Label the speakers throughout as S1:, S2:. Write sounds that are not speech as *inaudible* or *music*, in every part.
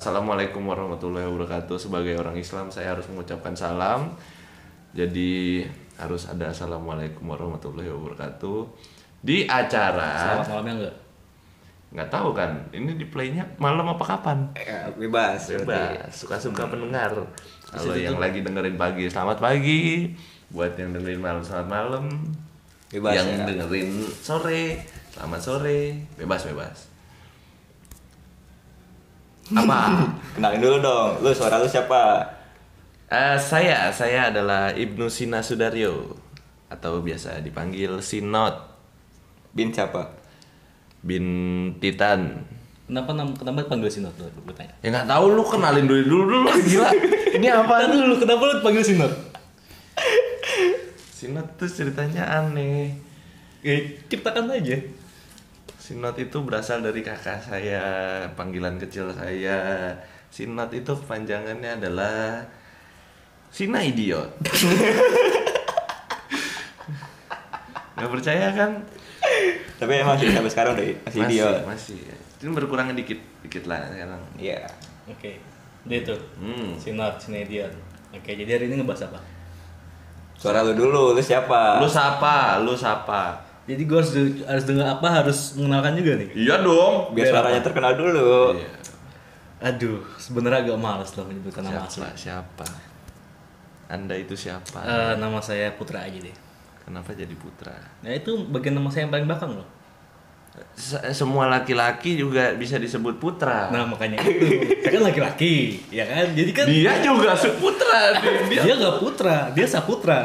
S1: Assalamualaikum warahmatullahi wabarakatuh. Sebagai orang Islam saya harus mengucapkan salam. Jadi harus ada assalamualaikum warahmatullahi wabarakatuh di acara
S2: Selamat malamnya enggak?
S1: nggak tahu kan ini di playnya malam apa kapan
S3: Eh, bebas. berarti.
S1: bebas suka suka pendengar kalau yang lagi dengerin pagi selamat pagi buat yang dengerin malam selamat malam
S3: Bebas,
S1: yang
S3: ya.
S1: dengerin sore selamat sore bebas bebas
S3: *laughs*
S1: apa
S3: Kenalin dulu dong. Lu suara lu siapa?
S1: Eh, saya saya adalah Ibnu Sina Sudaryo atau biasa dipanggil Sinot
S3: Bin siapa?
S1: bin Titan.
S2: Kenapa nam- kenapa panggil Sinot dulu? Gue tanya.
S1: Ya nggak tahu lu kenalin dulu dulu *laughs* lu gila. Ini
S2: Ntar
S1: apa?
S2: dulu, kenapa lu panggil Sinot?
S1: Sinot tuh ceritanya aneh.
S2: Ya, ciptakan aja.
S1: Sinot itu berasal dari kakak saya, panggilan kecil saya. Sinot itu kepanjangannya adalah Sina Idiot. *laughs* Gak percaya kan?
S3: Tapi emang sih sampai sekarang udah masih
S1: masih,
S3: idiot.
S1: Masih, Ini berkurangnya dikit, dikit lah sekarang.
S3: Iya.
S2: Oke, dia itu.
S1: Hmm.
S2: Sinot, Sinedion. Oke, jadi hari ini ngebahas apa?
S3: Suara lu dulu, lu siapa?
S1: Lu siapa? Lu siapa?
S2: Jadi gue harus, de- harus dengar apa, harus mengenalkan juga nih.
S1: Iya dong.
S3: biar suaranya terkenal dulu.
S1: Iya.
S2: Aduh, sebenarnya agak males loh menyebutkan nama asli.
S1: Siapa? Siapa? Anda itu siapa?
S2: Eh, nama saya Putra aja deh.
S1: Kenapa jadi putra?
S2: Nah itu bagian nama saya yang paling belakang loh.
S1: Se- Semua laki-laki juga bisa disebut putra.
S2: Nah makanya itu, saya kan laki-laki, ya kan? Jadi kan
S1: dia juga se- putra. Dia, dia.
S2: dia nggak putra, dia saputra.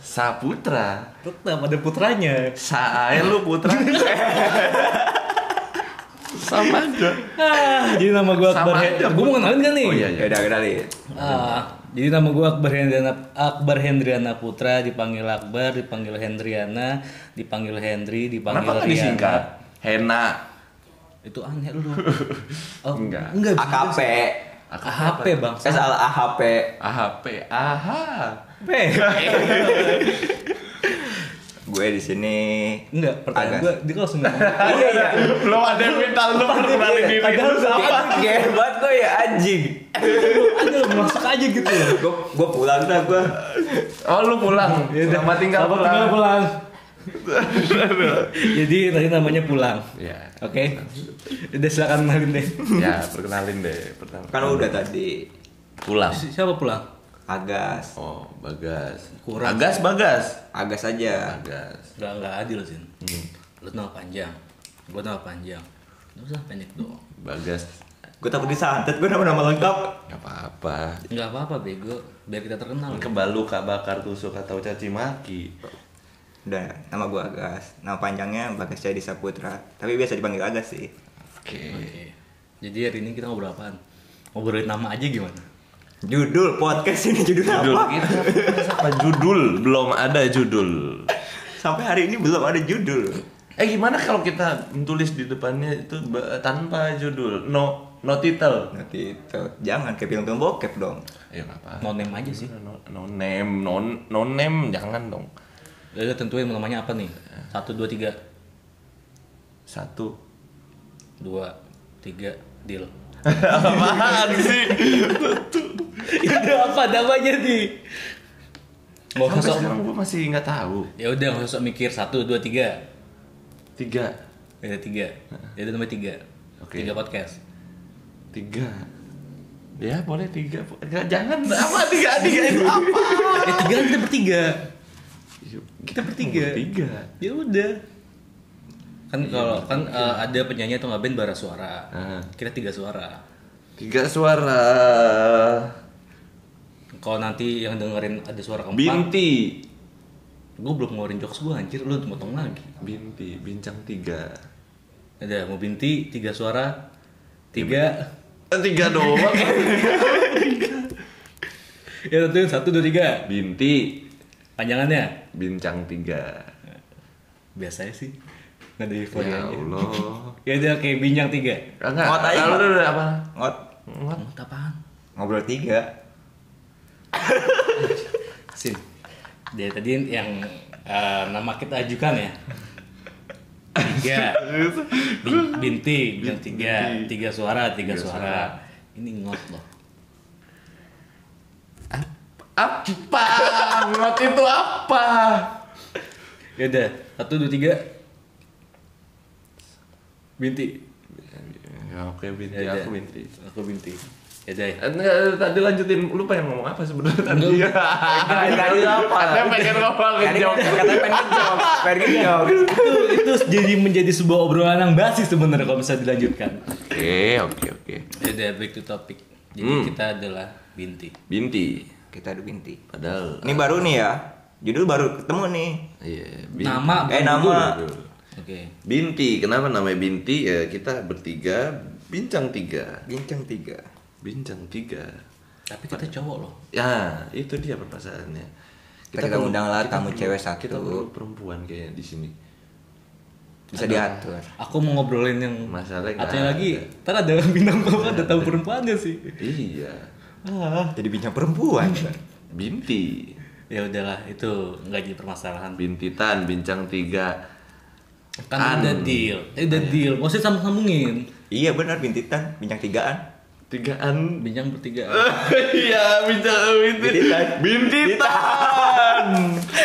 S1: Saputra.
S2: Tetap ada putranya.
S1: Saya lu
S2: *laughs*
S1: putra. Sama aja.
S2: Ah, jadi nama gue Akbar
S1: Sama
S2: Hen-
S1: aja,
S2: Gue mau kenalin kan nih?
S1: Oh iya
S3: Ya
S1: iya.
S3: udah kenalin.
S2: Ah, jadi nama gue Akbar Hendriana, Akbar Hendriana Putra, dipanggil Akbar, dipanggil Hendriana, dipanggil Hendri, dipanggil
S1: Kenapa nggak
S2: Riana.
S1: disingkat? Hena.
S2: Itu aneh lu. Oh,
S1: Enggak.
S2: Enggak.
S3: AKP.
S2: HP bang.
S3: Saya salah AHP.
S1: AHP. Aha.
S3: Gue di sini.
S2: Enggak, pertanyaan
S3: Agak.
S2: gue, dia langsung ngomong.
S1: Ah,
S3: Iya iya.
S1: Belum ada yang minta lu perkenalan diri.
S2: Padahal
S3: Apa gear banget gue ya anjing.
S2: Ada lu masuk aja gitu loh.
S3: Gue gue pulang dah gue.
S1: Oh lu pulang. Selamat tinggal
S2: Selamat
S1: pulang.
S2: tinggal pulang.
S1: *laughs*
S2: Jadi tadi namanya pulang.
S1: Iya.
S2: Oke. Udah silakan kenalin deh.
S1: Ya, perkenalin deh pertama.
S3: Kan udah tadi.
S1: pulang.
S2: Si- Siapa pulang?
S3: Agas.
S1: Oh, Bagas.
S2: Kurang.
S1: Bagas, Bagas.
S3: Agas aja.
S1: Bagas.
S2: Gak, nggak adil sih. Lu nama panjang, gua nama panjang. Lu usah pendek doang.
S1: Bagas.
S3: Gue takut disantet gue nama-nama lengkap.
S1: Gak apa-apa.
S2: Gak apa-apa bego, biar kita terkenal.
S1: Kan Kebalu, kak bakar, tusuk atau caci maki.
S3: Udah, nama gue Agas. Nama panjangnya Bagas Jaya Saputra. Tapi biasa dipanggil Agas sih.
S1: Oke.
S2: Oke. Jadi hari ini kita ngobrol apaan? Ngobrolin nama aja gimana?
S3: Judul podcast ini judul,
S1: Judul
S3: apa?
S1: kita apa judul? Belum ada judul.
S3: Sampai hari ini belum ada judul.
S1: Eh gimana kalau kita tulis di depannya itu ba- tanpa judul? No, no title.
S3: Nanti itu jangan kayak film-film bokep dong.
S1: Ya nggak apa.
S2: No name aja sih.
S1: Eh, No, no name, no, no name jangan dong.
S2: Ya udah tentuin namanya apa nih? Satu, dua, tiga.
S1: Satu.
S2: Dua, tiga, *laughs* deal.
S1: *laughs* Apaan sih?
S2: udah apa namanya nih? Gak
S1: Sampai
S2: usah sok,
S1: sekarang gue masih nggak tahu.
S2: ya udah gak usah sok mikir satu, dua, tiga.
S1: Tiga,
S2: Ada tiga. Jadi nomor tiga.
S1: Oke.
S2: Tiga podcast.
S1: tiga. Ya boleh tiga. Nggak, jangan apa tiga tiga itu apa?
S2: Eh tiga kita bertiga. Kita bertiga.
S1: Tiga.
S2: Ya udah.
S1: Iya,
S2: Kan kalau kan eh, ada penyanyi atau nggak band bara suara.
S1: Ah.
S2: Kita tiga suara.
S1: Tiga suara.
S2: Kalau nanti yang dengerin ada suara keempat,
S1: Binti.
S2: gue belum ngeluarin jokes gue anjir, lu potong lagi.
S1: Binti, bincang tiga.
S2: Ada mau binti, tiga suara,
S1: Iya,
S2: tiga.
S1: Eh, Tiga doang.
S2: *laughs* Ya tentuin satu dua tiga.
S1: *laughs* Binti,
S2: Panjangannya
S1: bincang tiga.
S2: biasanya sih nggak ada
S1: Ya
S2: euforianya.
S1: Allah.
S2: Ya udah kayak bincang tiga.
S1: Enggak,
S3: Ngot aja,
S1: kalau
S3: ngot.
S1: udah apa?
S3: Ngot
S1: Ngot.
S2: Ngomong apaan?
S3: ngobrol tiga.
S2: Sin. Dari tadi yang eh, nama kita ajukan ya. Tiga. Bin- binti, bilang tiga. Tiga suara, tiga suara. Ini ngot loh.
S1: Apa? Ngot itu apa?
S2: Yaudah, satu dua tiga. Binti.
S1: Ya oke binti,
S2: Yaudah.
S1: aku binti.
S2: Aku binti. Yaudah. ya.
S1: Eh, Enggak, tadi lanjutin. Lu pengen ngomong apa sebenarnya tadi?
S2: Enggak.
S1: *laughs* Tadi apa? Anda pengen ngomong
S3: Tadi
S1: ngejawab.
S3: katanya pengen ngejok, *laughs* pengen ngejok.
S2: itu itu jadi menjadi sebuah obrolan yang basi sebenarnya kalau bisa dilanjutkan.
S1: Oke, oke, oke.
S2: Yaudah, back Eh, to topic. Jadi kita adalah binti.
S1: Binti.
S3: Kita ada binti.
S1: Padahal
S3: Ini baru nih ya. Judul baru ketemu nih.
S1: iya, binti.
S2: Nama.
S3: Eh nama
S2: Oke.
S1: Binti, kenapa namanya Binti? Ya kita bertiga, bincang tiga,
S3: Bincang tiga.
S1: bincang tiga.
S2: Tapi kita cowok loh.
S1: Ya, itu dia permasalahannya.
S3: Kita kita undang lah tamu
S1: perlu-
S3: cewek satu.
S1: Kita perlu perempuan kayaknya di sini.
S3: Bisa diatur.
S2: Aku mau ngobrolin yang
S1: Masalahnya nggak
S2: atau yang
S1: ada.
S2: lagi, ntar ada *laughs* bintang tamu ada tamu perempuannya sih.
S1: Iya,
S2: Ah.
S3: Jadi bincang perempuan.
S1: Binti,
S2: Ya udahlah, itu nggak jadi permasalahan.
S1: Bintitan, bincang tiga.
S2: Kan udah deal, eh, udah deal. Maksudnya sama sambungin.
S3: *laughs* iya benar bintitan, bincang tigaan.
S1: Tigaan.
S2: Bincang bertiga.
S1: *laughs* Iya, bincang Bintitan. Bintitan.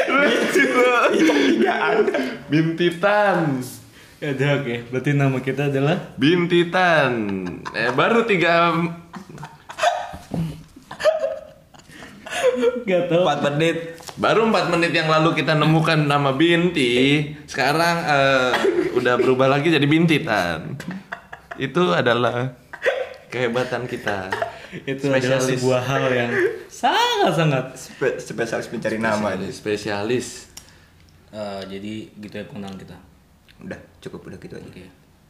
S1: Lucu.
S3: Tigaan.
S1: Bintitan.
S2: ya udah oke. Berarti nama kita adalah *laughs*
S1: Bintitan. Eh baru tiga
S2: nggak tahu.
S3: Empat menit.
S1: baru empat menit yang lalu kita nemukan nama Binti. Sekarang eh, udah berubah lagi jadi Bintitan. Itu adalah kehebatan kita.
S2: Itu adalah
S1: Spesialis.
S2: sebuah hal yang sangat sangat.
S3: Spe- spesialis pencari nama nih.
S1: Spesialis.
S2: jadi gitu ya pengenalan kita.
S3: Udah, cukup udah gitu aja.
S2: Oke.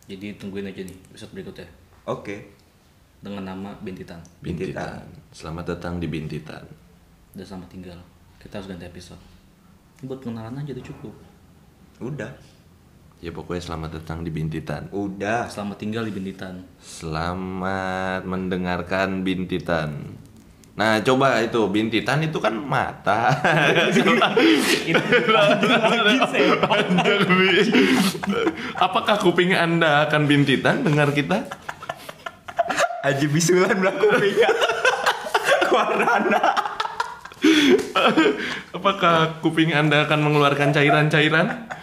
S2: Jadi tungguin aja nih episode berikutnya
S3: Oke.
S2: dengan nama Bintitan.
S1: Bintitan. Selamat datang di Bintitan.
S2: Udah sama tinggal. Kita harus ganti episode. Ini buat pengenalan aja udah cukup.
S3: Udah.
S1: Ya pokoknya selamat datang di Bintitan.
S3: Udah.
S2: Selamat tinggal di Bintitan.
S1: Selamat mendengarkan bintitan. Nah, coba itu bintitan itu kan mata. *laughs* Panjang nih. Apakah kuping Anda akan bintitan dengar kita?
S3: Aji bisulan belah *laughs* kupingnya. Warna.
S1: Apakah kuping Anda akan mengeluarkan cairan-cairan?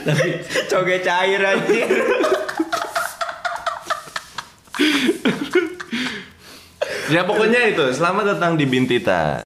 S2: Tapi
S3: Coge cair anjir.
S1: Ya pokoknya itu. Selamat datang di bintitan.